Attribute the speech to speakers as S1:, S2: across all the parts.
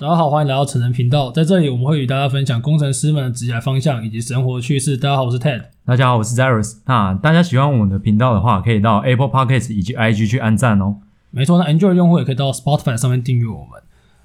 S1: 大家好，欢迎来到成人频道，在这里我们会与大家分享工程师们的职业方向以及生活趣事。大家好，我是 Ted。
S2: 大家好，我是 Zaris。那大家喜欢我们的频道的话，可以到 Apple Podcast 以及 IG 去按赞哦。
S1: 没错，那 Android 用户也可以到 Spotify 上面订阅我们。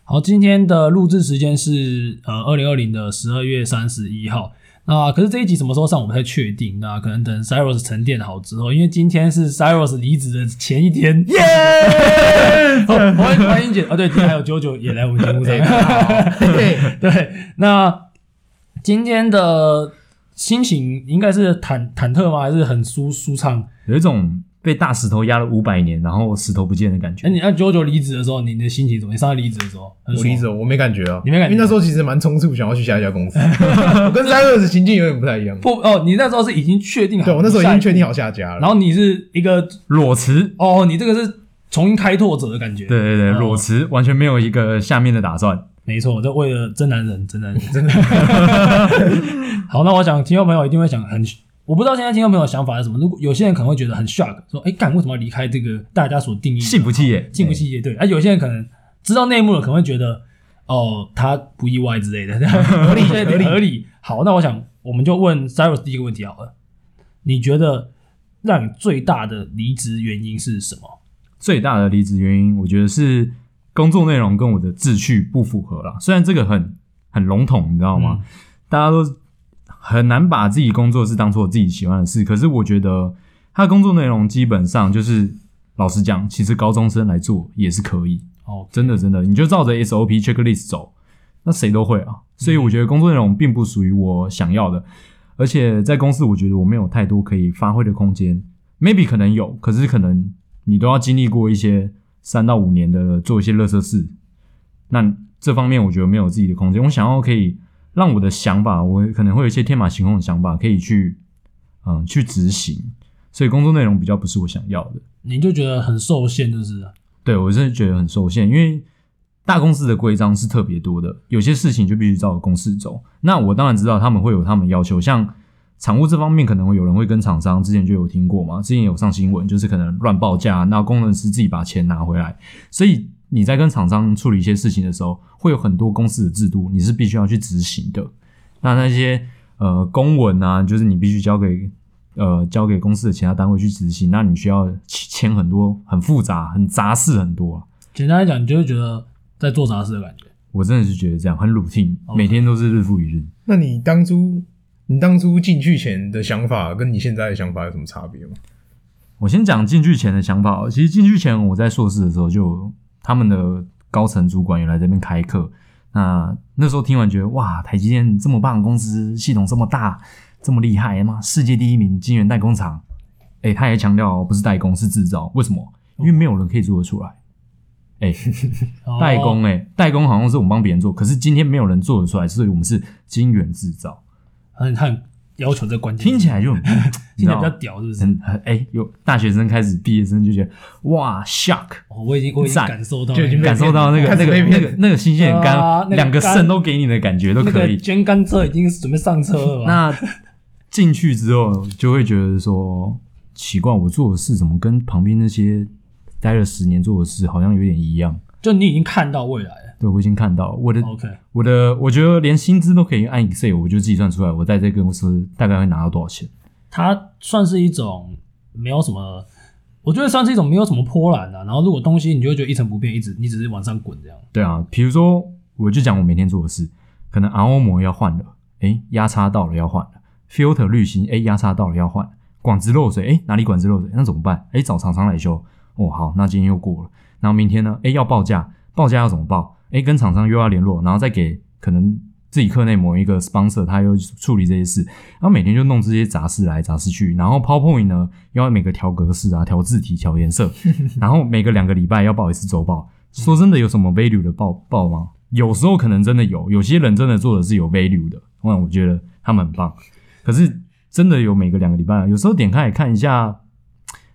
S1: 好，今天的录制时间是呃二零二零的十二月三十一号。那可是这一集什么时候上我不太确定，那可能等 Cyrus 沉淀好之后，因为今天是 Cyrus 离职的前一天。耶！ 欢迎欢迎姐啊，对，今天还有九九也来我们节目上。 对，那今天的心情应该是忐忐忑吗？还是很舒舒畅？
S2: 有一种被大石头压了五百年，然后石头不见的感
S1: 哎、
S2: 觉。
S1: 你按九九离职的时候，你的心情怎么样？你上次离职的时候，很
S3: 我
S1: 爽
S3: 离职，我没感觉啊，
S1: 你没感觉
S3: 因为那时候其实蛮冲促，想要去下一家 公司。我跟 Cyrus 的情境有点不太一样。
S1: 不哦，你那时候是已经确定好，
S3: 对，我那时候已经确定
S1: 好，
S3: 好下家了。
S1: 然后你是一个
S2: 裸辞，
S1: 哦，你这个是重新开拓者的感觉，
S2: 对，对对，
S1: 哦
S2: 裸辞完全没有一个下面的打算。
S1: 没错，这为了真男人，真男人，真的。 好，那我想听众朋友一定会想很，我不知道现在听众朋友的想法是什么。如果有些人可能会觉得很 shock，说哎，干为什么要离开这个大家所定义的
S2: 信不气耶
S1: 进不去也对，啊，有些人可能知道内幕了，可能会觉得哦，他不意外之类的，合理合理合理。好，那我想我们就问 Cyrus 第一个问题好了，你觉得让你最大的离职原因是什么？
S2: 最大的离职原因，我觉得是工作内容跟我的志趣不符合啦。虽然这个很很笼统，你知道吗？大家都很难把自己工作是当做自己喜欢的事。可是我觉得他的工作内容基本上就是，老实讲，其实高中生来做也是可以。
S1: 哦，
S2: 真的真的，你就照着 SOP checklist 走，那谁都会啊。所以我觉得工作内容并不属于我想要的，而且在公司我觉得我没有太多可以发挥的空间。Maybe 可能有，可是可能你都要经历过一些三到五年的做一些乐色事，那这方面我觉得没有自己的空间。我想要可以让我的想法，我可能会有一些天马行空的想法，可以去嗯去执行。所以工作内容比较不是我想要的。
S1: 你就觉得很受限，就是了
S2: 对我真的觉得很受限，因为大公司的规章是特别多的，有些事情就必须照公式走。那我当然知道他们会有他们要求，像产物这方面，可能会有人会跟厂商之前就有听过嘛，之前有上新闻，就是可能乱报价，那工程师自己把钱拿回来，所以。你在跟厂商处理一些事情的时候，会有很多公司的制度，你是必须要去执行的。那那些呃公文啊，就是你必须交给呃交给公司的其他单位去执行，那你需要签签很多很复杂、很杂事很多啊、
S1: 简单来讲，你就会觉得在做杂事的感觉。
S2: 我真的是觉得这样很 routine，
S1: OK
S2: 每天都是日复一日。
S3: 那你当初你当初进去前的想法，跟你现在的想法有什么差别吗？
S2: 我先讲进去前的想法哦。其实进去前我在硕士的时候就有他们的高层主管有来这边开课，那那时候听完觉得哇，台积电这么棒的公司，系统这么大，这么厉害妈世界第一名晶圆代工厂。哎、他也强调哦不是代工是制造，为什么？因为没有人可以做得出来。哎、
S1: 哦
S2: 代工哎、代工好像是我们帮别人做，可是今天没有人做得出来，所以我们是晶圆制造，
S1: 很很要求这关键，
S2: 听起来就很
S1: 听起来比
S2: 你知
S1: 较
S2: 道
S1: 屌，是不是？
S2: 很很哎、有大学生开始毕业生就觉得哇 shock，
S1: 哦我已经我已经
S2: 赞
S1: 感受到
S3: 就已经被
S2: 感受到那个
S3: 开
S2: 那
S3: 始
S2: 个
S3: 被
S2: 那
S3: 骗
S2: 个那个新鲜
S1: 对啊那
S2: 感，
S1: 个
S2: 两个
S1: 干
S2: 肾都给你的感觉都
S1: 那
S2: 可
S1: 个
S2: 以。
S1: 捐肝车已经准备上车了吧？
S2: 那进去之后就会觉得说奇怪，我做的事怎么跟旁边那些待了十年做的事好像有点一样？
S1: 就你已经看到未来了。
S2: 对我已经看到我的
S1: OK，
S2: 我的，我觉得连薪资都可以按 Excel，我就计算出来，我在这个公司大概会拿到多少钱。
S1: 它算是一种没有什么，我觉得算是一种没有什么波澜啊的、然后如果东西你就会觉得一成不变，一直你只是往上滚这样。
S2: 对啊，比如说，我就讲我每天做的事，可能 RO 膜要换了，诶，压差到了要换了；filter 滤芯，诶，压差到了要换了；管子漏水，诶，哪里管子漏水？那怎么办？诶，找厂商来修。哦，好，那今天又过了。然后明天呢？诶，要报价，报价要怎么报？诶，跟厂商又要联络，然后再给可能自己课内某一个 sponsor，他又处理这些事。然后每天就弄这些杂事来杂事去，然后 PowerPoint 呢，又要每个调格式啊、调字体、调 颜色，然后每个两个礼拜要报一次周报。说真的，有什么 value 的报报吗？有时候可能真的有，有些人真的做的是有 value 的，那我觉得他们很棒。可是真的有每个两个礼拜，啊有时候点开来看一下，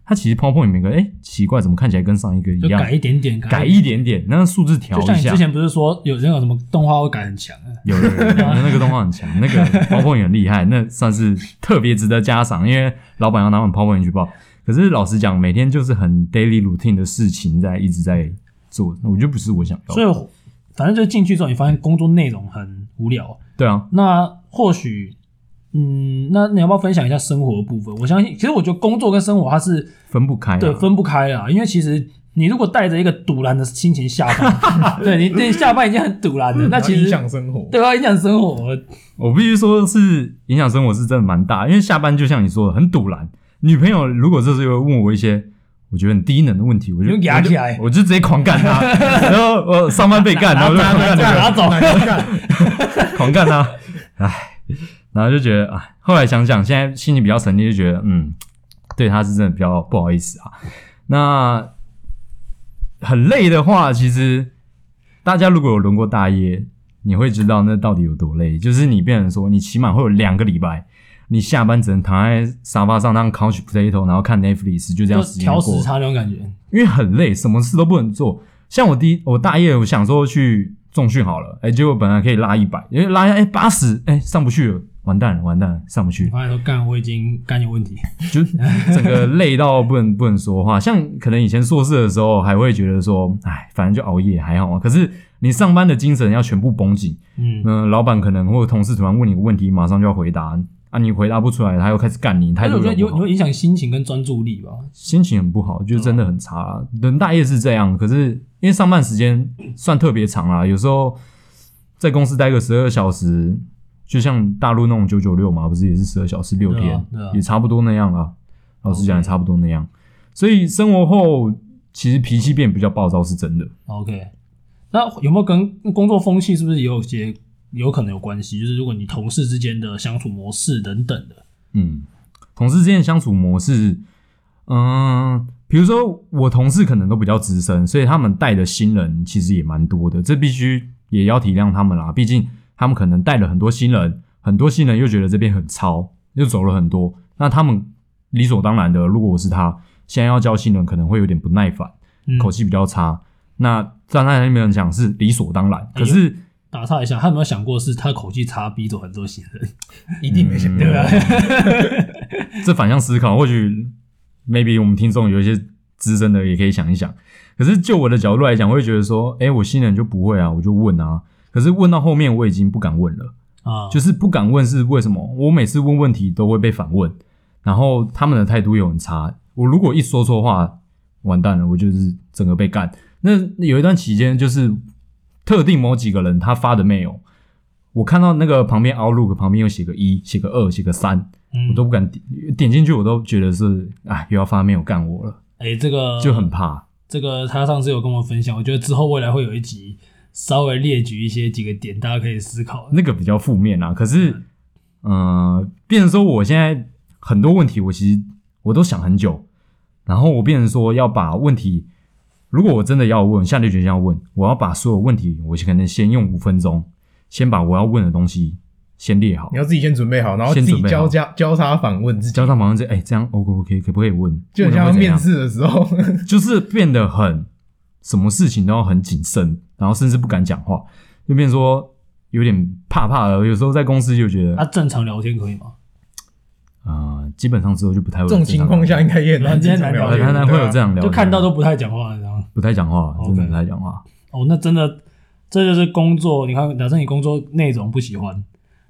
S2: 它其实 PowerPoint 每个哎、诶奇怪，怎么看起来跟上一个一
S1: 就
S2: 样？
S1: 改一点点，
S2: 改一点点，那数字调
S1: 就
S2: 一
S1: 像你
S2: 下
S1: 之。前不是说有人有什么动画会改很强啊？
S2: 有有有， 有那个动画很强，那个 PowerPoint 很厉害，那算是特别值得嘉赏，因为老板要拿我们 PowerPoint 去报。可是老实讲，每天就是很 daily routine 的事情在一直在做，我觉得不是我想要的。
S1: 所以反正就是进去之后，你发现工作内容很无聊。
S2: 对啊，
S1: 那或许，嗯，那你要不要分享一下生活的部分？我相信，其实我觉得工作跟生活它是
S2: 分不开、啊。
S1: 对分不开啦，因为其实你如果带着一个堵然的心情下班， 对你对下班已经很堵然了，那其
S3: 影
S1: 实
S3: 响生活。
S1: 对啊，影响生 活。
S2: 我必须说是影响生活是真的蛮大，因为下班就像你说的很堵然。女朋友如果这时候问我一些我觉得很低能的问题，我就
S1: 你就压起来
S2: 我就，我就直接狂 干她。然后我上班被干，然后我就狂干女朋友
S1: 拿走，
S2: 狂干他，唉，然后就觉得唉，后来想想，现在心情比较沉淀，就觉得嗯，对他是真的比较不好意思啊。那很累的话，其实大家如果有轮过大夜，你会知道那到底有多累。就是你变成说，你起码会有两个礼拜，你下班只能躺在沙发上当 couch potato，然后看 Netflix，就这样
S1: 就
S2: 时间
S1: 调
S2: 过
S1: 时差那种感觉。
S2: 因为很累，什么事都不能做。像我第一，我大夜我想说去重训好了，哎、结果本来可以拉一百，因为拉一下哎八十，哎、上不去了，完蛋了，完蛋了，上不去
S1: 你，发现说干，我已经肝有问题。
S2: 就整个累到不能不能说话。像可能以前硕士的时候，还会觉得说，哎，反正就熬夜还好啊。可是你上班的精神要全部绷紧，
S1: 嗯，
S2: 嗯、老板可能或者同事突然问你个问题，马上就要回答啊，你回答不出来，他又开始干你，
S1: 而
S2: 态
S1: 且
S2: 度
S1: 我觉
S2: 又
S1: 得有
S2: 不好
S1: 有影响心情跟专注力吧。
S2: 心情很不好，就真的很差啦。
S1: 嗯
S2: 人大夜是这样，可是因为上班时间算特别长啊啦，有时候在公司待个十二小时，就像大陆那种九九六嘛，不是也是十二小时六
S1: 对
S2: 天，
S1: 啊对啊
S2: 也差不多那样啦。老实讲，也差不多那样。所以生活后，其实脾气变比较暴躁是真的。
S1: OK，那有没有跟工作风气是不是也有些有可能有关系？就是如果你同事之间的相处模式等等的，
S2: 嗯，同事之间的相处模式，嗯，比如说我同事可能都比较资深，所以他们带的新人其实也蛮多的，这必须也要体谅他们啦。毕竟他们可能带了很多新人，很多新人又觉得这边很糙，又走了很多，那他们理所当然的，如果我是他，现在要教新人可能会有点不耐烦，
S1: 嗯
S2: 口气比较差。那站在那边讲是理所当然，可是。
S1: 打岔一下，他有没有想过是他口气差逼走很多新人？
S3: 一定没
S1: 嗯
S3: 想到
S2: 对啊，这反向思考，或许 maybe 我们听众有一些资深的也可以想一想。可是就我的角度来讲，我会觉得说，哎，我新人就不会啊，我就问啊。可是问到后面，我已经不敢问了，
S1: 啊，
S2: 就是不敢问是为什么？我每次问问题都会被反问，然后他们的态度又很差。我如果一说错话，完蛋了，我就是整个被干。那有一段期间，就是特定某几个人他发的 mail，我看到那个旁边 Outlook 旁边有写个一、写个二、写个三，
S1: 嗯
S2: 我都不敢点点进去，我都觉得是啊，又要发没有干我了，
S1: 哎、这个
S2: 就很怕。
S1: 这个他上次有跟我分享，我觉得之后未来会有一集稍微列举一些几个点，大家可以思考。
S2: 那个比较负面啊。可是，呃，
S3: 嗯
S2: 变成说我现在很多问题，我其实我都想很久，然后我变成说要把问题，如果我真的要问，下定决心要问，我要把所有问题，我可能先用五分钟，先把我要问的东西先列好
S3: 你，要自己先准备好，然后自
S2: 先准
S3: 己
S2: 备
S3: 交
S2: 好
S3: 叉交叉反问自己，
S2: 交上马上这，哎、这样 O 不 OK，可不可以问？
S3: 就很
S2: 问了
S3: 像
S2: 会怎样
S3: 面试的时 候，
S2: 就是变得很什么事情都要很谨慎，然后甚至不敢讲话，就变成说有点怕怕的。有时候在公司就觉得
S1: 他、，正常聊天可以吗？
S2: 呃，基本上之后就不太会有
S3: 这种情况下应该也 很难
S1: 很
S3: 正
S1: 难
S3: 常
S1: 聊
S3: 聊
S2: 很
S3: 天，
S1: 天
S2: 难会有
S3: 对啊
S2: 这样聊天，
S1: 就看到都不太讲话，然后
S2: 不太讲话，真的
S1: OK
S2: 不太讲话。
S1: 哦，那真的这就是工作。你看，假设你工作内容不喜欢，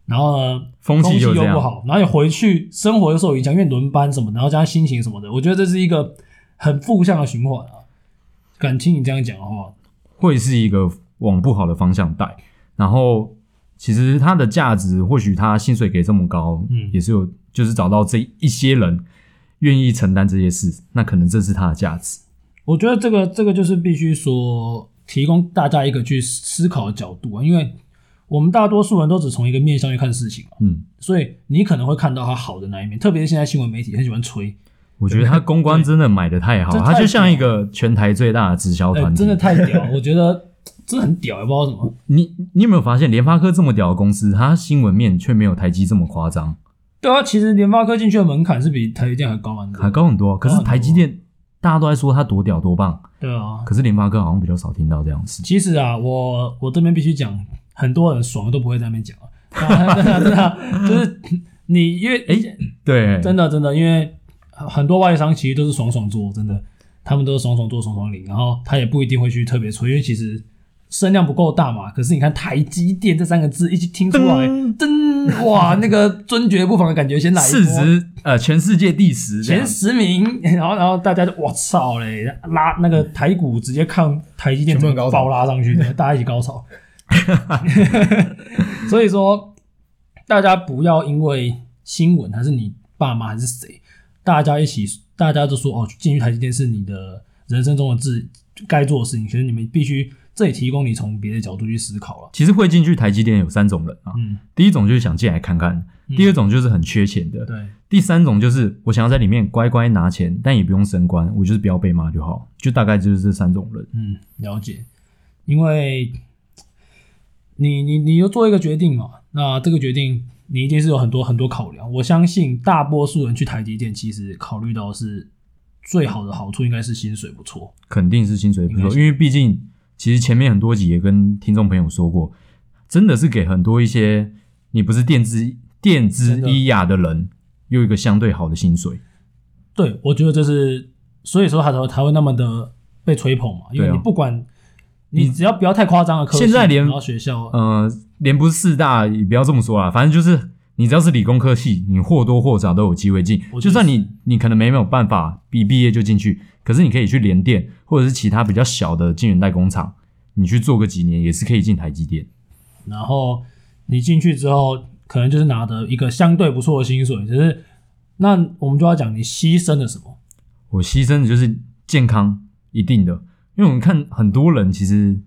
S1: 然后呢，
S2: 风气
S1: 又
S2: 就这
S1: 不
S2: 样，
S1: 好，然后你回去生活又受影响，因为轮班什么的，然后加上心情什么的，我觉得这是一个很负向的循环啊。敢听你这样讲的话，
S2: 会是一个往不好的方向带。然后其实它的价值，或许它薪水给这么高，
S1: 嗯
S2: 也是有，就是找到这一些人愿意承担这些事，那可能这是它的价值。
S1: 我觉得这个这个就是必须说提供大家一个去思考的角度啊，因为我们大多数人都只从一个面向去看事情啊，
S2: 嗯，
S1: 所以你可能会看到它好的那一面，特别是现在新闻媒体很喜欢吹，
S2: 我觉得他公关真的买的太好，
S1: 对
S2: 他就像一个全台最大的直销
S1: 哎、
S2: 团体。
S1: 真的太屌，我觉 得这很屌，也不知道为什么。
S2: 你你有没有发现，联发科这么屌的公司，它新闻面却没有台积这么夸张，
S1: 对啊，其实联发科进去的门槛是比台积电还高蛮多。
S2: 还。高很多。可是台积电大家都在说它多屌多棒，
S1: 对啊，
S2: 可是联发科好像比较少听到这样的事情。
S1: 其实啊，我我这边必须讲，很多人爽都不会在那边讲啊，真的真的，就是你因为
S2: 哎、对，
S1: 真的真的，因为很多外商其实都是爽爽做，真的，他们都是爽爽做爽爽领，然后他也不一定会去特别吹，因为其实声量不够大嘛，可是你看台积电这三个字一起听出来，噔，哇，那个尊爵不凡的感觉先来一波啊
S2: 市值呃全世界第十这样
S1: 前十名， 然后然后大家就我操嘞，拉那个台股直接抗台积电
S3: 全部很高潮
S1: 爆拉上去，大家一起 高潮。所以说，大家不要因为新闻还是你爸妈还是谁，大家一起，大家都说哦，进去台积电是你的人生中的自该做的事情，其实你们必须这也提供你从别的角度去思考了。
S2: 其实会进去台积电有三种人啊，
S1: 嗯，
S2: 第一种就是想进来看看，第二种就是很缺钱的，
S1: 对，
S2: 第三种就是我想要在里面乖乖拿钱，但也不用升官，我就是不要被骂就好，就大概就是这三种人。
S1: 嗯，了解，因为你你你又做一个决定嘛，那这个决定你一定是有很多很多考量。我相信大多数人去台积电，其实考虑到是最好的好处应该是薪水不错，
S2: 肯定是薪水不
S1: 应该
S2: 错，因为毕竟其实前面很多集也跟听众朋友说过，真的是给很多一些你不是电资电资
S1: 真的
S2: 医雅的人，又一个相对好的薪水。
S1: 对我觉得这是所以说他才会才会那么的被吹捧嘛，因为
S2: 对啊
S1: 你不管。你只要不要太夸张的科系，
S2: 现在连
S1: 然后学校，
S2: 呃，连不是四大也不要这么说啦，反正就是你只要是理工科系，你或多或少都有机会进
S1: 我觉得。
S2: 就算你你可能没有办法一毕业就进去，可是你可以去联电或者是其他比较小的晶圆代工厂，你去做个几年也是可以进台积电。
S1: 然后你进去之后，可能就是拿的一个相对不错的薪水，只是那我们就要讲你牺牲了什么。
S2: 我牺牲的就是健康，一定的。因为我们看很多人，其实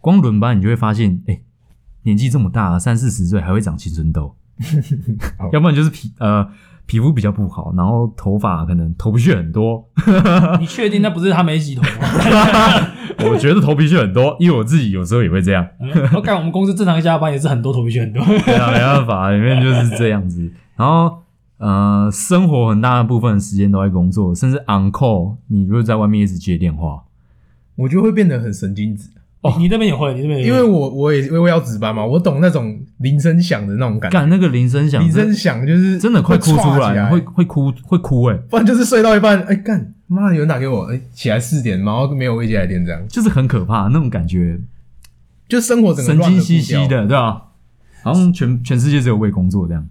S2: 光轮班你就会发现，哎、年纪这么大、三四十岁还会长青春痘
S3: 好，
S2: 要不然就是皮呃皮肤比较不好，然后头发可能头皮屑很多。
S1: 你确定那不是他没洗头吗？
S2: 我觉得头皮屑很多，因为我自己有时候也会这样。
S1: 我嗯哦感我们公司正常下班也是很多头皮屑很多。
S2: 对啊，没办法，里面就是这样子。然后呃，生活很大部分的时间都在工作，甚至 on call，你就是在外面一直接电话。
S3: 我觉得会变得很神经质，
S1: 哦， 你那边也会，你那边也会
S3: 因为我我也我也要值班嘛，我懂那种铃声响的那种感觉，
S2: 干那个铃声响，
S3: 铃声响就是
S2: 真的快哭出
S3: 会歘起
S2: 来，
S3: 来，
S2: 会会哭会哭哎、
S3: 不然就是睡到一半，哎、干，妈的有人打给我，哎、起来四点，然后没有未接来电，这样
S2: 就是很可怕那种感觉，
S3: 就生活整个
S2: 神
S3: 乱
S2: 经
S3: 了
S2: 兮
S3: 步
S2: 兮
S3: 调，
S2: 的，对吧、好像全全世界只有为工作这样。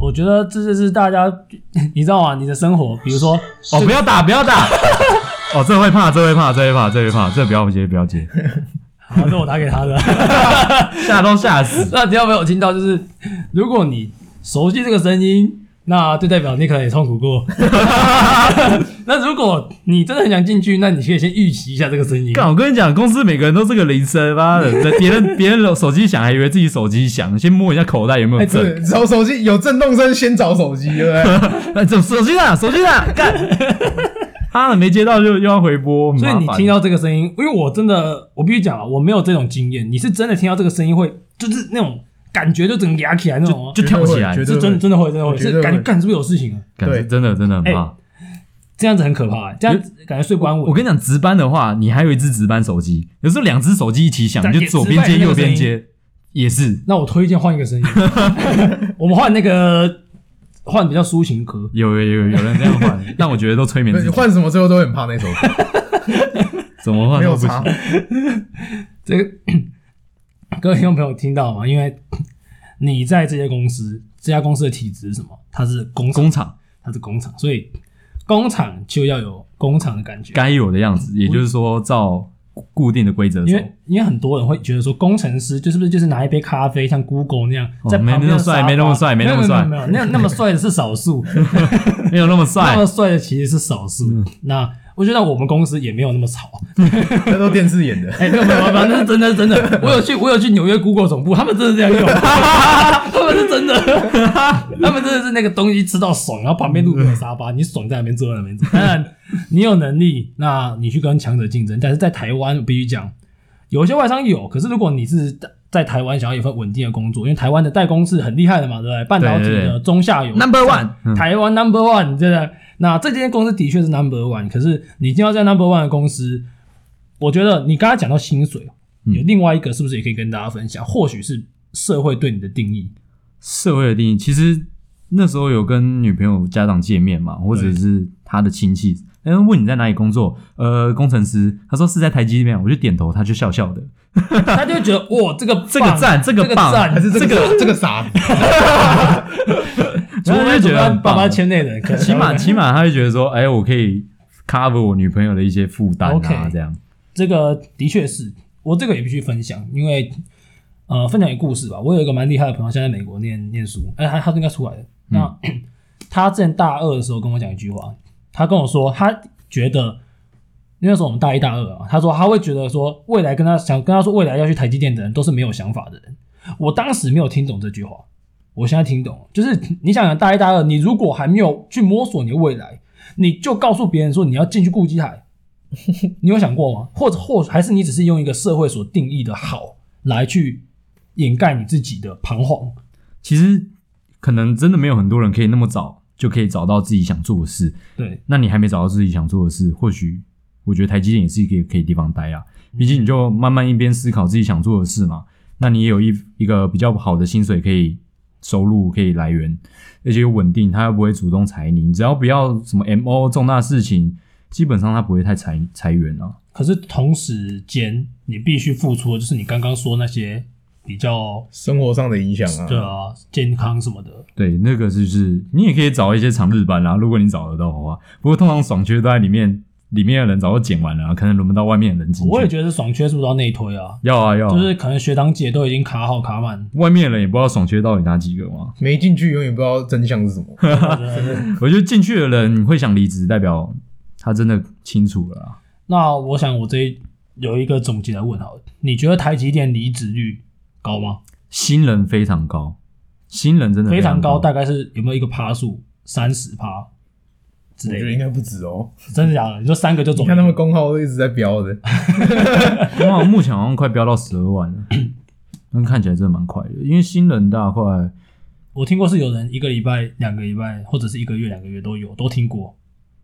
S1: 我觉得这就是大家， 你知道吗？你的生活，比如说，
S2: 哦，不要打，不要打。 哦，这会怕，这会怕，这会怕，这会怕，这不要接，不要接，
S1: 好，那我打给他的。
S2: 吓都吓死。
S1: 那你有没有听到？就是如果你熟悉这个声音，那就代表你可能也痛苦过。那如果你真的很想进去，那你可以先预习一下这个声音。
S2: 干，我跟你讲，公司每个人都这个铃声，妈的，别人别人手机响，还以为自己手机响，先摸一下口袋有没有
S1: 哎
S2: 震。
S3: 对，找手机有震动声，先找手机， 对不对？
S2: 哎，手手机呢？手机呢？干， 他没接到就又要回拨，
S1: 所以你
S2: 麻烦
S1: 听到这个声音，因为我真的，我必须讲啊，我没有这种经验。你是真的听到这个声音会，就是那种感觉，就整个压起来那种吗？啊
S2: 就跳起来
S3: 绝，对
S1: 是
S3: 会
S1: 真的真的会真的会，
S3: 绝对
S1: 是感觉
S3: 会
S1: 干是不是有事情啊？
S2: 干
S3: 对
S2: 真的真的很怕
S1: 哎。这样子很可怕、欸，这样子感觉睡不安稳。
S2: 我跟你讲，值班的话，你还有一只值班手机，有时候两只手机一起响，
S1: 但
S2: 你就
S1: 也
S2: 左边接
S1: 值班也没有
S2: 右边
S1: 声
S2: 接，也是
S1: 那我推荐换一个声 音，我们换那个换比较抒情歌，
S2: 有有有有人这样换，但我觉得都催眠自
S3: 你
S2: 己，
S3: 换什么最后都很怕那首歌，
S2: 怎么换
S3: 没
S2: 都
S3: 有
S2: 不
S3: 差
S2: 行。。
S1: 这个 各位听众朋友听到吗？因为你在这些公司，这家公司的体制是什么？它是工厂，
S2: 工厂
S1: 它是工厂，所以工厂就要有工厂的感觉。
S2: 该有的样子，也就是说照固定的规则
S1: 因
S2: 走。
S1: 为因为很多人会觉得说，工程师就是不是就是拿一杯咖啡，像 Google 那样
S2: 哦
S1: 在旁边
S2: 没那么帅
S1: 的沙发
S2: 没那么帅没那么
S1: 没
S2: 帅
S1: 有没有没有那那么帅的是少数，
S2: 没有那么
S1: 那
S2: 帅
S1: 么，帅的其实是少数。
S2: 嗯
S1: 那我觉得我们公司也没有那么 吵，
S3: 那都电视演的，
S1: 哎、没有没有没有，那是真的真的，我有去我有去纽约 Google 总部，他们真的这样用， 他们是真的，他们真的是那个东西吃到爽，然后旁边路边有沙发，你爽在那边坐在那 边坐。当然，你有能力，那你去跟强者竞争，但是在台湾我必须讲，有些外商有，可是如果你是在台湾想要有份稳定的工作，因为台湾的代工是很厉害的嘛，对不对？半导体
S2: 对对
S1: 的
S2: 对
S1: 中下游
S2: Number one 嗯
S1: 台湾 Number One，真的。那这间公司的确是 Number One，可是你一定要在 Number One 的公司，我觉得你刚才讲到薪水，
S2: 嗯
S1: 有另外一个是 不是也可以跟大家分享？或许是社会对你的定义，
S2: 社会的定义其实那时候有跟女朋友家长见面嘛，或者是她的亲戚，然后问你在哪里工作，呃，工程师，他说是在台积电，我就点头，他就笑笑的，
S1: 他就觉得哇，这个
S2: 这个
S1: 棒
S2: 赞，这个
S1: 这个
S2: 棒，
S1: 赞
S3: 还是这
S2: 这
S3: 个这个傻子，
S1: 除
S2: 然后
S1: 非
S2: 就觉得很
S1: 爸
S2: 棒
S1: 妈圈内人，可能
S2: 起码起码他会觉得说，哎，我可以 cover 我女朋友的一些负担
S1: OK
S2: 啊，这样。
S1: 这个的确是我这个也必须分享，因为呃，分享一个故事吧。我有一个蛮厉害的朋友，现在在美国念念书，哎、他他是应该出来的。那、他之前大二的时候跟我讲一句话，他跟我说，他觉得因为那时候我们大一大二啊，他说他会觉得说未来跟他想跟他说未来要去台积电的人都是没有想法的人。我当时没有听懂这句话，我现在听懂了，就是你想想大一大二，你如果还没有去摸索你的未来，你就告诉别人说你要进去顾机海，你有想过吗？或者或还是你只是用一个社会所定义的好来去掩盖你自己的彷徨？
S2: 其实可能真的没有很多人可以那么早就可以找到自己想做的事。
S1: 对，
S2: 那你还没找到自己想做的事，或许我觉得台积电也是一个可以地方待啊。毕竟你就慢慢一边思考自己想做的事嘛，那你也有一一个比较好的薪水可以收入可以来源，而且又稳定，他又不会主动裁你，你只要不要什么 MO 重大事情，基本上他不会太裁裁员啊。
S1: 可是同时间你必须付出的就是你刚刚说那些比较
S3: 生活上的影响
S1: 对
S3: 啊，
S1: 啊健康什么的，
S2: 对，那个就是你也可以找一些长日班啊，如果你找得到的话。不过通常爽缺都在里面，里面的人早就剪完了啊、可能轮不到外面的人进去。
S1: 我也觉得爽缺是不是要内推啊？
S2: 要啊要啊，，
S1: 就是可能学长姐都已经卡好卡满
S2: 外面的人也不知道爽缺到底哪几个嘛。
S3: 没进去永远不知道真相是什么。
S1: 我觉得
S2: 我觉得进去的人会想离职，代表他真的清楚了啊。
S1: 那我想我这一有一个总结来问好了，你觉得台积电离职率高吗？
S2: 新人非常高，新人真的
S1: 非常高，
S2: 高，
S1: 大概是有没有一个趴数？三十趴之
S3: 我
S1: 类
S3: 觉
S1: 的
S3: 得。应该不止哦，
S1: 真的假的？你说三个就走
S3: 你？看他们工号都一直在标的，
S2: 但哇，目前好像快飙到十二万了，那看起来真的蛮快的。因为新人大概
S1: 我听过是有人一个礼拜、两个礼拜，或者是一个月、两个月都有，都听过。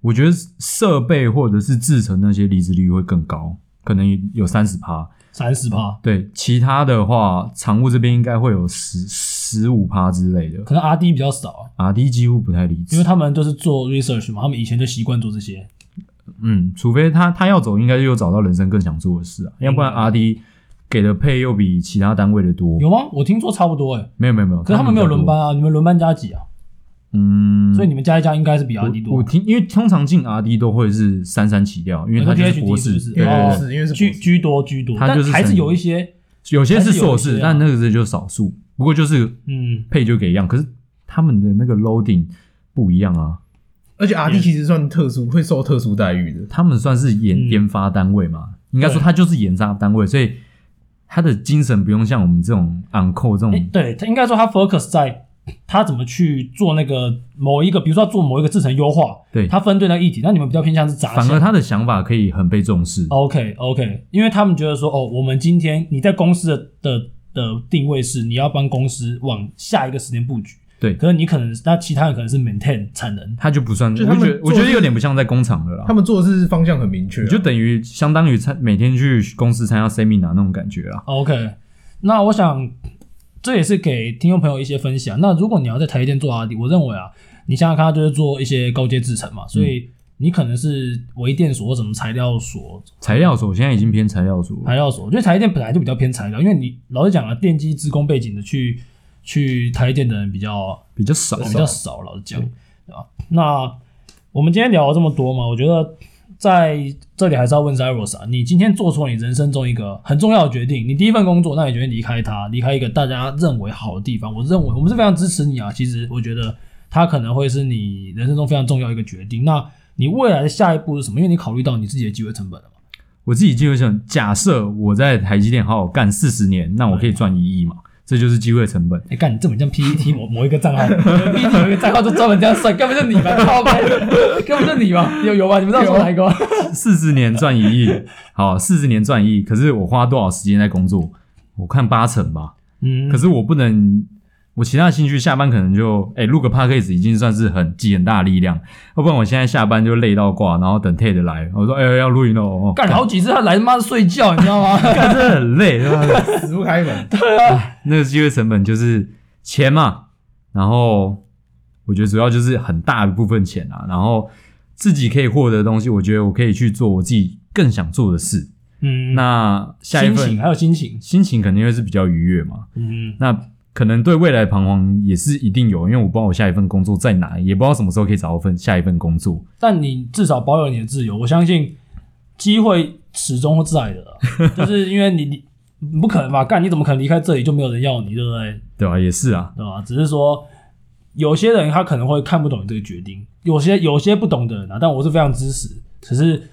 S2: 我觉得设备或者是制成那些离职率会更高，可能有三十趴。
S1: 三十趴，
S2: 对，其他的话，常务这边应该会有十十五趴之类的
S1: 可能 R D 比较少啊，
S2: ，R D 几乎不太离
S1: 因为
S2: 职。
S1: 他们都是做 research 嘛，他们以前就习惯做这些。
S2: 嗯，除非他他要走，应该又找到人生更想做的事啊，
S1: 嗯
S2: 要不然 R D 给的配又比其他单位的多。
S1: 有吗？我听说差不多诶、欸
S2: 没有没有没有，
S1: 可是他们没有
S2: 比较
S1: 轮
S2: 多。
S1: 班啊，你们轮班加几啊？
S2: 嗯，
S1: 所以你们加一加应该是比 R D
S2: 我
S1: 多啊
S2: 我。听，因为通常进 R D 都会是三三起掉，因为他
S1: 那
S2: 就
S1: PhD
S2: 是博士，
S1: 是不是
S2: 对对
S1: 哦
S2: 对
S3: 是因为是
S1: 居
S3: 博士
S1: 居多居多，
S2: 他
S1: 但
S2: 就是
S1: 还是
S2: 成
S1: 有一些，
S2: 有些
S1: 还
S2: 是硕
S1: 是有一
S2: 士，
S1: 些啊
S2: 但那个是就少数，不过就是
S1: 嗯，
S2: 配就给一样，可是他们的那个 loading 不一样啊。
S3: 而且 R D 其实算特殊，会受特殊待遇的。
S2: 他们算是研、
S1: 嗯
S2: 研发单位嘛，应该说
S1: 对
S2: 他就是研发单位，所以他的精神不用像我们这种 uncle 这种，
S1: 诶、对他应该说他 focus 在他怎么去做那个某一个，比如说他做某一个制程优化，
S2: 对，
S1: 他分对那个议题，那你们比较偏向是杂项。啊
S2: 反而他的想法可以很被重视。
S1: OK OK，因为他们觉得说，哦，我们今天你在公司的的的定位是你要帮公司往下一个时间布局，
S2: 对
S1: 可是你可能那其他人可能是 maintain 产能，
S2: 他就不算，我
S3: 就
S2: 觉
S3: 他们
S2: 得我
S3: 做
S2: 觉得
S3: 事
S2: 有点不像在工厂了啦
S3: 他。们做的事方向很明确啊、
S2: 啊你就等于相当于参每天去公司参加 seminar 那种感觉啊。
S1: OK，那我想这也是给听众朋友一些分享。那如果你要在台积电做 RD，我认为啊，你想想看，它就是做一些高阶制程嘛，所以你可能是微电所或什么材料所、
S2: 材料所现在已经偏材料所了，
S1: 材料所。我觉得台积电本来就比较偏材料，因为你老实讲啊，电机、职工背景的去去台积电的人比较
S2: 比较少。啊
S1: 比较少，老实讲，对吧？那我们今天聊了这么多嘛，我觉得在这里还是要问 Zeros 啊，你今天做出了你人生中一个很重要的决定，你第一份工作，那你决定离开它，离开一个大家认为好的地方，我认为我们是非常支持你啊。其实我觉得它可能会是你人生中非常重要一个决定。那你未来的下一步是什么？因为你考虑到你自己的机会成本了嘛。
S2: 我自己就会想，假设我在台积电好好干四十年，那我可以赚一亿嘛？这就是机会成本。
S1: 哎、干，你这么像 PPT 某某一个账号，PPT 某一个账号就专门这样算，根本就你吧，靠背，根本就你吧，有有吧？你们知道我说哪一个吗？
S2: 四十年赚一亿，好，四十年赚一亿，可是我花多少时间在工作？我看八成吧。
S1: 嗯
S2: 可是我不能，我其他的兴趣下班可能就，哎、录个 podcast 已经算是很积很大的力量，要不然我现在下班就累到挂，然后等 Ted 来，我说，哎、要录音了哦，
S1: 干好几次他来他妈的睡觉，你知道吗？
S2: 干真的很累， 对吧？
S3: 死不开门。
S2: 那个机会成本就是钱嘛，然后我觉得主要就是很大的部分钱啊，然后自己可以获得的东西，我觉得我可以去做我自己更想做的事。
S1: 嗯，
S2: 那下一
S1: 心
S2: 份
S1: 情还有心情，
S2: 心情肯定会是比较愉悦嘛。
S1: 嗯，
S2: 那可能对未来彷徨也是一定有，因为我不知道我下一份工作在哪，也不知道什么时候可以找到份下一份工作。
S1: 但你至少保有你的自由，我相信机会始终会在 的啊，就是因为你你你不可能吧？干你怎么可能离开这里就没有人要你，对不对？
S2: 对吧、也是啊，
S1: 对吧？只是说有些人他可能会看不懂你这个决定，有些有些不懂的人啊，但我是非常支持。只是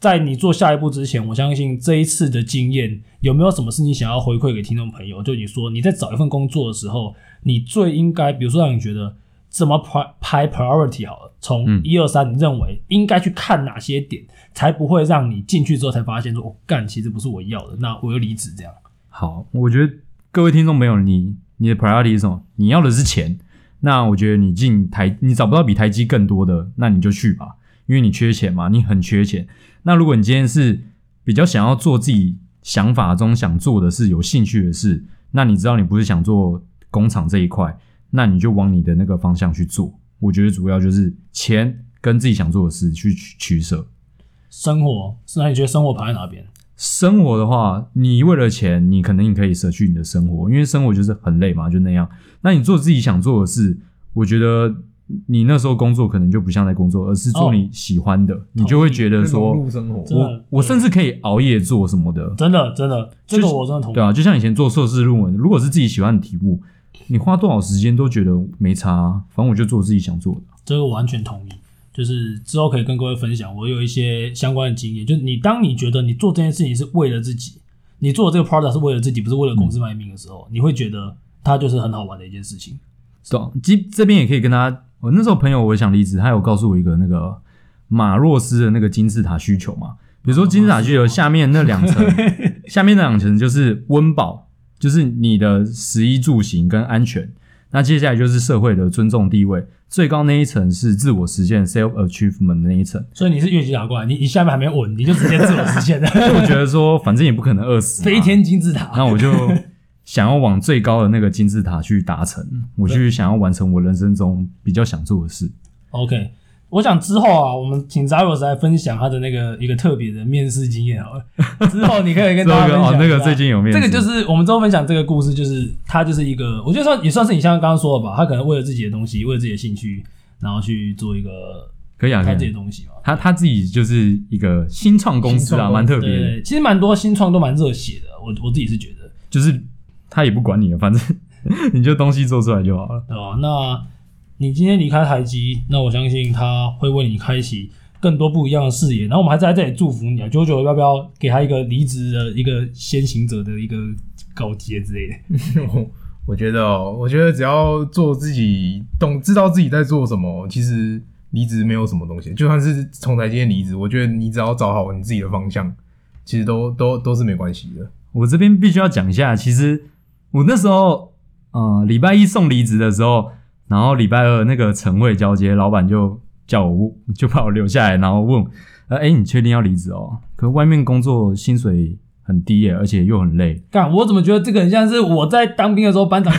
S1: 在你做下一步之前，我相信这一次的经验有没有什么是你想要回馈给听众朋友？就你说你在找一份工作的时候，你最应该，比如说让你觉得怎么排排 priority 好了，从
S2: 嗯
S1: 一二三，你认为应该去看哪些点，才不会让你进去之后才发现说，哦，干，其实不是我要的，那我又离职这样。
S2: 好，我觉得各位听众朋友，你你的 priority 是什么？你要的是钱，那我觉得你进台，你找不到比台积更多的，那你就去吧，因为你缺钱嘛，你很缺钱。那如果你今天是比较想要做自己想法中想做的事、有兴趣的事，那你知道你不是想做工厂这一块，那你就往你的那个方向去做。我觉得主要就是钱跟自己想做的事去取取舍。
S1: 生活，那你觉得生活排在哪边？
S2: 生活的话，你为了钱，你可能你可以舍去你的生活，因为生活就是很累嘛，就那样。那你做自己想做的事，我觉得你那时候工作可能就不像在工作，而是做你喜欢
S1: 哦
S2: 的，你就会觉得说，
S3: 融入生活，
S1: 真的
S2: 我我甚至可以熬夜做什么的，
S1: 真的，真的，这
S2: 就是
S1: 个我真的同意。
S2: 对啊，就像以前做硕士论文，如果是自己喜欢的题目，你花多少时间都觉得没差啊、反正我就做自己想做的。
S1: 这个我完全同意。就是之后可以跟各位分享，我有一些相关的经验。就是你当你觉得你做这件事情是为了自己，你做这个 product 是为了自己，不是为了公司卖命的时候，你会觉得它就是很好玩的一件事情。
S2: 懂，这哦这边也可以跟大家，我那时候朋友我想离职，他有告诉我一个那个马洛斯的那个金字塔需求嘛，比如说金字塔需求下面那两层， 下面那两层就是温饱，就是你的食衣住行跟安全，那接下来就是社会的尊重地位，最高那一层是自我实现 self achievement 那一层，
S1: 所以你是越级打怪，你你下面还没稳，你就直接自我实现了，
S2: 我觉得说反正也不可能饿死嘛，
S1: 飞天金字塔。
S2: 那我就想要往最高的那个金字塔去达成，我去想要完成我人生中比较想做的事。
S1: OK，我想之后啊，我们请 Zaros 来分享他的那个一个特别的面试经验好了。之后你可以跟大家
S2: 这
S1: 分享一
S2: 个哦
S1: 下、，
S2: 那个最近有面
S1: 这
S2: 试，
S1: 个就是我们之后分享这个故事，就是他就是一个，我觉得算也算是你像刚刚说的吧，他可能为了自己的东西，为了自己的兴趣，然后去做一个
S2: 可以啊，可
S1: 开自己
S2: 以
S1: 的
S2: 啊。
S1: 东西嘛。
S2: 他他自己就是一个新创公司
S3: 新
S2: 啊，
S3: 创公司
S2: 蛮特别
S1: 对
S2: 的，
S1: 对，其实蛮多新创都蛮热血的，我我自己是觉得，
S2: 就是他也不管你了，反正 你就东西做出来就好了。
S1: 对吧？那你今天离开台积，那我相信他会为你开启更多不一样的视野。然后我们还在这里祝福你啊，九九要不要给他一个离职的一个先行者的一个告捷之类的？
S3: 我 我觉得哦，我觉得只要做自己，懂知道自己在做什么，其实离职没有什么东西。就算是从台阶离职，我觉得你只要找好你自己的方向，其实都都都是没关系的。
S2: 我这边必须要讲一下，其实我那时候，呃，礼拜一送离职的时候，然后礼拜二那个晨会交接，老板就叫我就把我留下来，然后问，呃，哎、你确定要离职哦？可外面工作薪水很低耶，而且又很累，
S1: 干，我怎么觉得这个很像是我在当兵的时候班长，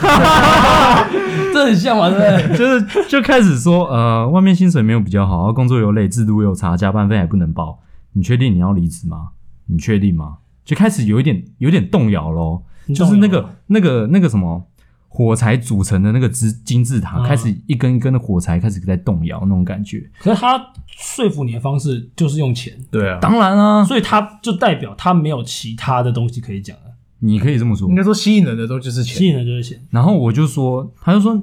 S1: 这很像嘛，对不对？
S2: 就是就开始说，呃，外面薪水没有比较好，然后工作又累，制度又差，加班费还不能包，你确定你要离职吗？你确定吗？就开始有一点有点动摇咯，
S1: 你
S2: 就
S1: 懂
S2: 是那
S1: 吗
S2: 个那个那个什么火柴组成的那个金金字塔，
S1: 嗯
S2: 开始一根一根的火柴开始在动摇那种感觉。
S1: 可是他说服你的方式就是用钱，
S3: 对啊，
S2: 当然啊，
S1: 所以他就代表他没有其他的东西可以讲了，
S2: 你可以这么说
S3: 应。该说吸引人的都就是
S1: 吸
S3: 钱。
S1: 引人就是钱。
S2: 然后我就说，他就说，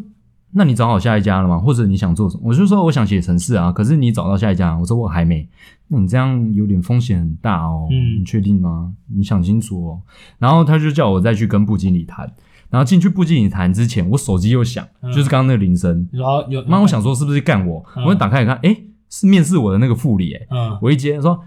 S2: 那你找好下一家了吗？或者你想做什么？我就说我想写程式啊，可是你找到下一家，我说我还没。那你这样有点风险很大哦，
S1: 嗯
S2: 你确定吗？你想清楚哦。然后他就叫我再去跟部经理谈。然后进去部经理谈之前，我手机又响，
S1: 嗯
S2: 就是刚刚那个铃声。
S1: 然后有，
S2: 妈，我想说是不是干我？
S1: 嗯
S2: 我就打开一看，诶，是面试我的那个副理、诶。
S1: 嗯，
S2: 我一接说，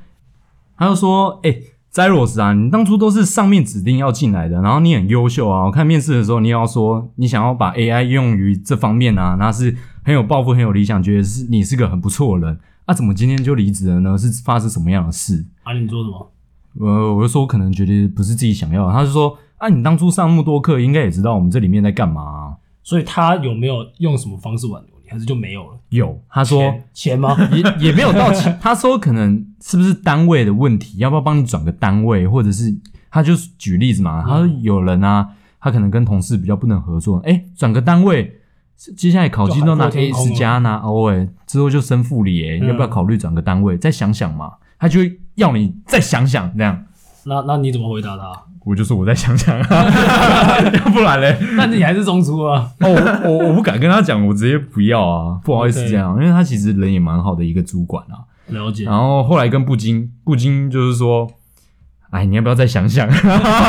S2: 他就说：“哎、z y r o s 啊，你当初都是上面指定要进来的，然后你很优秀啊。我看面试的时候，你也要说你想要把 AI 用于这方面啊，那是很有抱负、很有理想，觉得是你是个很不错的人。啊，怎么今天就离职了呢？是发生什么样的事？
S1: 啊，你做什么？
S2: 呃，我就说我可能觉得不是自己想要的。他就说：啊，你当初上那么多课，应该也知道我们这里面在干嘛啊、
S1: 所以他有没有用什么方式挽留你？还是就没有了？
S2: 有，他说
S1: 钱钱吗？
S2: 也 也没有到期，他说可能是不是单位的问题，要不要帮你转个单位，或者是他就举例子
S1: 嗯
S2: 嘛，他说有人啊，他可能跟同事比较不能合作，哎、转个单位，接下来考绩都拿
S1: 就海阔天
S2: A
S1: 空
S2: 十加拿 O 哎、之后就升副理哎、
S1: 嗯
S2: 要不要考虑转个单位，再想想嘛，他就会要你再想想这样。
S1: 那那你怎么回答他？
S2: 我就说我再想想啊， 要不然嘞，
S1: 那你还是中出啊？
S2: 哦，我我我不敢跟他讲，我直接不要啊，不好意思
S1: OK
S2: 这样因为他其实人也蛮好的一个主管啊，
S1: 了解
S2: 然，后后来跟布金，布金就是说，哎，你要不要再想想？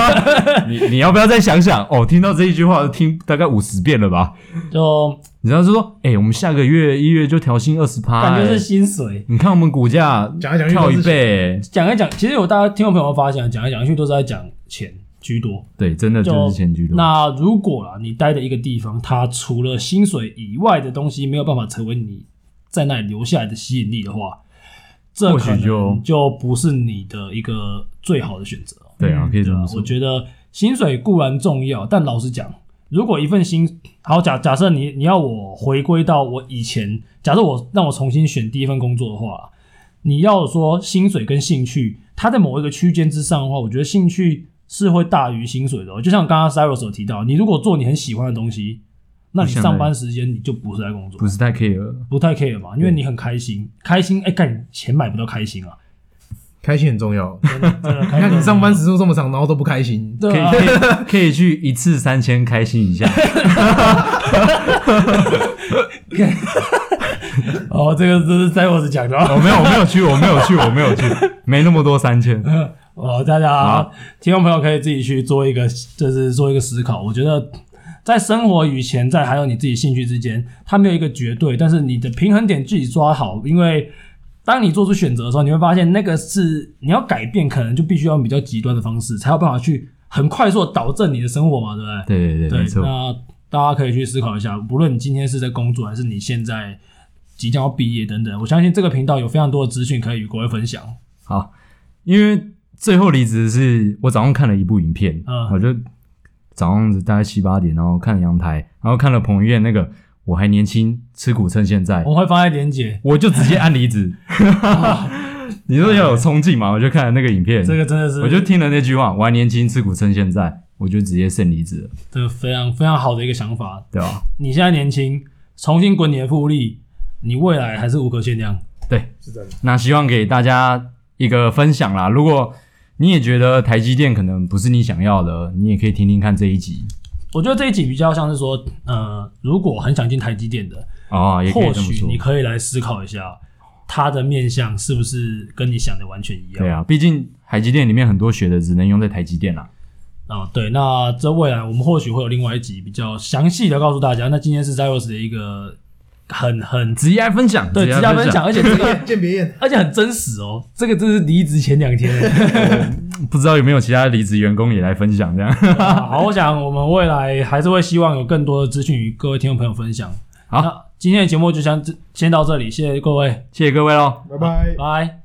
S2: 你你要不要再想想？哦，听到这一句话听大概五十遍了吧？
S1: 就
S2: 你知道就说，哎、我们下个月一月就调薪二十趴，
S1: 感觉是
S2: 哎
S1: 薪水。
S2: 你看我们股价
S3: 讲来讲去
S2: 跳
S3: 都是
S2: 一
S3: 钱
S2: 倍，欸
S1: 讲一讲，其实有大家听众朋友发现，啊讲一讲去都是在讲钱居多。
S2: 对，真的就是前居多。
S1: 那如果啦，你待的一个地方，它除了薪水以外的东西没有办法成为你在那里留下来的吸引力的话，这
S2: 或
S1: 可
S2: 许
S1: 能
S2: 就
S1: 就不是你的一个最好的选择哦。
S2: 对啊，可以这
S1: 对啊
S2: 么，说
S1: 我。觉得薪水固然重要，但老实讲，如果一份薪好假假设你你要我回归到我以前，假设我让我重新选第一份工作的话，你要说薪水跟兴趣，它在某一个区间之上的话，我觉得兴趣是会大于薪水的哦、就像刚刚 Cyrus 有提到，你如果做你很喜欢的东西，那你
S2: 不像
S1: 上班时间你就不是在工作，
S2: 不是太 care，
S1: 不太 care 嘛，因为你很开心，开心哎，干钱买不到开 心啊，
S3: 开心很重 要。
S1: 真的真的
S3: 你
S1: 开
S3: 看
S1: 心
S3: 你上班时数这么长，然后都不开心，
S2: 可
S1: 对
S2: 以
S1: 啊，
S2: 可以可以去一次三千开心一下，
S1: 哦，这个这是 Cyrus 讲的哦。
S2: 我没有我没有去我没有去我没有去，没那么多三千，
S1: 哦，大家
S2: 好
S1: 听众朋友可以自己去做一个，就是做一个思考。我觉得在生活与钱在还有你自己兴趣之间，它没有一个绝对，但是你的平衡点自己抓好，因为当你做出选择的时候，你会发现那个是你要改变，可能就必须要用比较极端的方式，才有办法去很快速地导正你的生活嘛，对不对？
S2: 对对对，没错。
S1: 那大家可以去思考一下，不论你今天是在工作，还是你现在即将要毕业等等，我相信这个频道有非常多的资讯可以与各位分享。
S2: 好，因为最后离职是我早上看了一部影片，
S1: 嗯
S2: 我就早上大概七八点，然后看了阳台，然后看了彭于晏那个我还年轻，吃苦趁现在，
S1: 我会放在连结。
S2: 我就直接按 离职。你说要有冲劲嘛？我就看了那个影片，
S1: 这个真的是，
S2: 我就听了那句话，我还年轻，吃苦趁现在，我就直接胜离职了，
S1: 这个非常非常好的一个想法。
S2: 对吧、
S1: 你现在年轻，重新滚你的复利，你未来还是无可限量。
S2: 对，
S3: 是真的。
S2: 那希望给大家一个分享啦。如果你也觉得台积电可能不是你想要的，你也可以听听看这一集
S1: 我觉得这一集比较像是说，呃，如果很想进台积电的，
S2: 哦，也可以
S1: 或
S2: 这么
S1: 许
S2: 说。
S1: 你可以来思考一下，它的面向是不是跟你想的完全一样。
S2: 对啊，毕竟台积电里面很多学的只能用在台积电啦。
S1: 啊、对，那这未来我们或许会有另外一集比较详细的告诉大家。那今天是 Zeros 的一个很很
S2: 职业分享，
S1: 对
S2: 职
S1: 直
S2: 业
S1: 加分，享，而且这个
S3: 鉴别宴
S1: 而且很真实哦，这个真是离职前两天。
S2: 不知道有没有其他离职员工也来分享这样。
S1: 啊 好，我想我们未来还是会希望有更多的资讯与各位听众朋友分享。
S2: 好
S1: 那今天的节目就先先到这里，谢谢各位，
S2: 谢谢各位喽。
S3: 拜拜。
S1: 拜。